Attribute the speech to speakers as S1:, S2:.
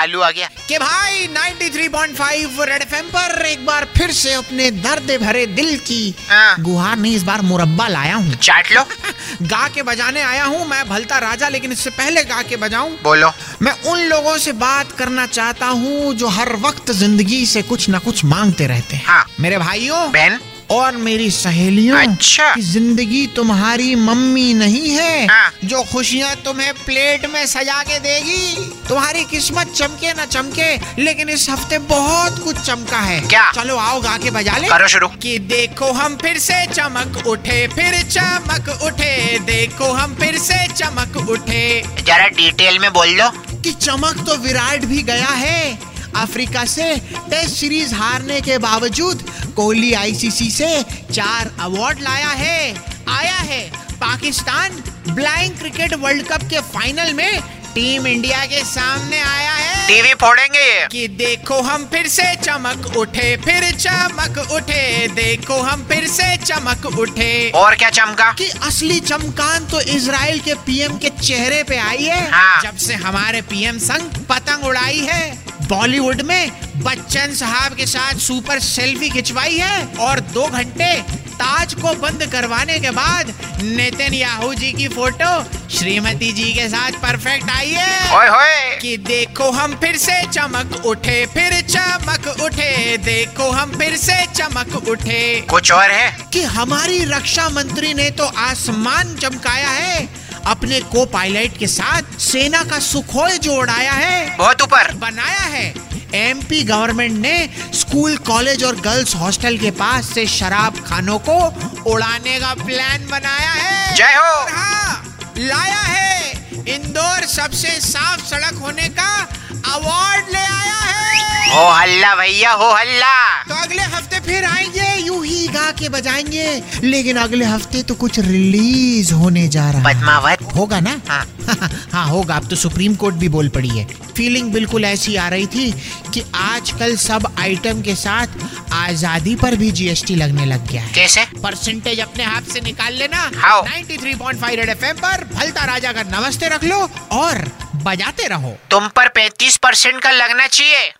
S1: आलू आ गया
S2: कि भाई 93.5 रेड एफएम पर एक बार फिर से अपने दर्द भरे दिल की
S1: हाँ।
S2: गुहार नहीं इस बार मुरब्बा लाया हूँ
S1: चाट लो
S2: गा के बजाने आया हूँ मैं भलता राजा लेकिन इससे पहले गा के बजाऊं
S1: बोलो
S2: मैं उन लोगों से बात करना चाहता हूँ जो हर वक्त जिंदगी से कुछ ना कुछ मांगते रहते हैं
S1: हाँ।
S2: मेरे भाइयों
S1: बहन
S2: और मेरी सहेलियों
S1: अच्छा।
S2: कि जिंदगी तुम्हारी मम्मी नहीं है
S1: हाँ।
S2: जो खुशियाँ तुम्हें प्लेट में सजा के देगी तुम्हारी किस्मत चमके ना चमके लेकिन इस हफ्ते बहुत कुछ चमका है
S1: क्या?
S2: चलो आओ गा के बजा ले
S1: करो शुरू
S2: कि देखो हम फिर से चमक उठे फिर चमक उठे देखो हम फिर से चमक उठे
S1: जरा डिटेल में बोल दो
S2: कि चमक तो विराट भी गया है अफ्रीका से टेस्ट सीरीज हारने के बावजूद कोहली आईसीसी से चार अवार्ड लाया है आया है Pakistan blind cricket world cup के फाइनल में टीम इंडिया के सामने आया है
S1: टीवी फोड़ेंगे ये
S2: कि देखो हम फिर से चमक उठे फिर चमक उठे देखो हम फिर से चमक उठे
S1: और क्या चमका
S2: कि असली चमकान तो इसराइल के पीएम के चेहरे पे आई है
S1: हाँ।
S2: जब से हमारे पीएम संग पतंग उड़ाई है बॉलीवुड में बच्चन साहब के साथ सुपर सेल्फी खिंचवाई है और दो घंटे ताज को बंद करवाने के बाद नितिन याहू जी की फोटो श्रीमती जी के साथ परफेक्ट आई है
S1: ओए होए
S2: कि देखो हम फिर से चमक उठे फिर चमक उठे देखो हम फिर से चमक उठे
S1: कुछ और है
S2: कि हमारी रक्षा मंत्री ने तो आसमान चमकाया है अपने को पायलट के साथ सेना का सुखोई जो उड़ाया है
S1: बहुत ऊपर
S2: बनाया है एमपी गवर्नमेंट ने स्कूल कॉलेज और गर्ल्स हॉस्टल के पास से शराब खानों को उड़ाने का प्लान बनाया है
S1: जय हो
S2: और हाँ, लाया है इंदौर सबसे साफ सड़क होने का अवार्ड ले आया है
S1: हो हल्ला भैया हो हल्ला
S2: तो अगले हफ्ते फिर आएंगे यूं ही गा के बजाएंगे लेकिन अगले हफ्ते तो कुछ रिलीज होने जा रहा है
S1: पद्मावत
S2: होगा ना
S1: हाँ।
S2: हाँ होगा अब तो सुप्रीम कोर्ट भी बोल पड़ी है फीलिंग बिल्कुल ऐसी आ रही थी कि आजकल सब आइटम के साथ आजादी पर भी जीएसटी लगने लग गया है
S1: कैसे
S2: परसेंटेज अपने हाथ से निकाल लेना
S1: हाँ।
S2: 93.5 रेड एफएम पर भलता राजा का नमस्ते रख लो और बजाते रहो
S1: तुम पर 35 परसेंट का लगना चाहिए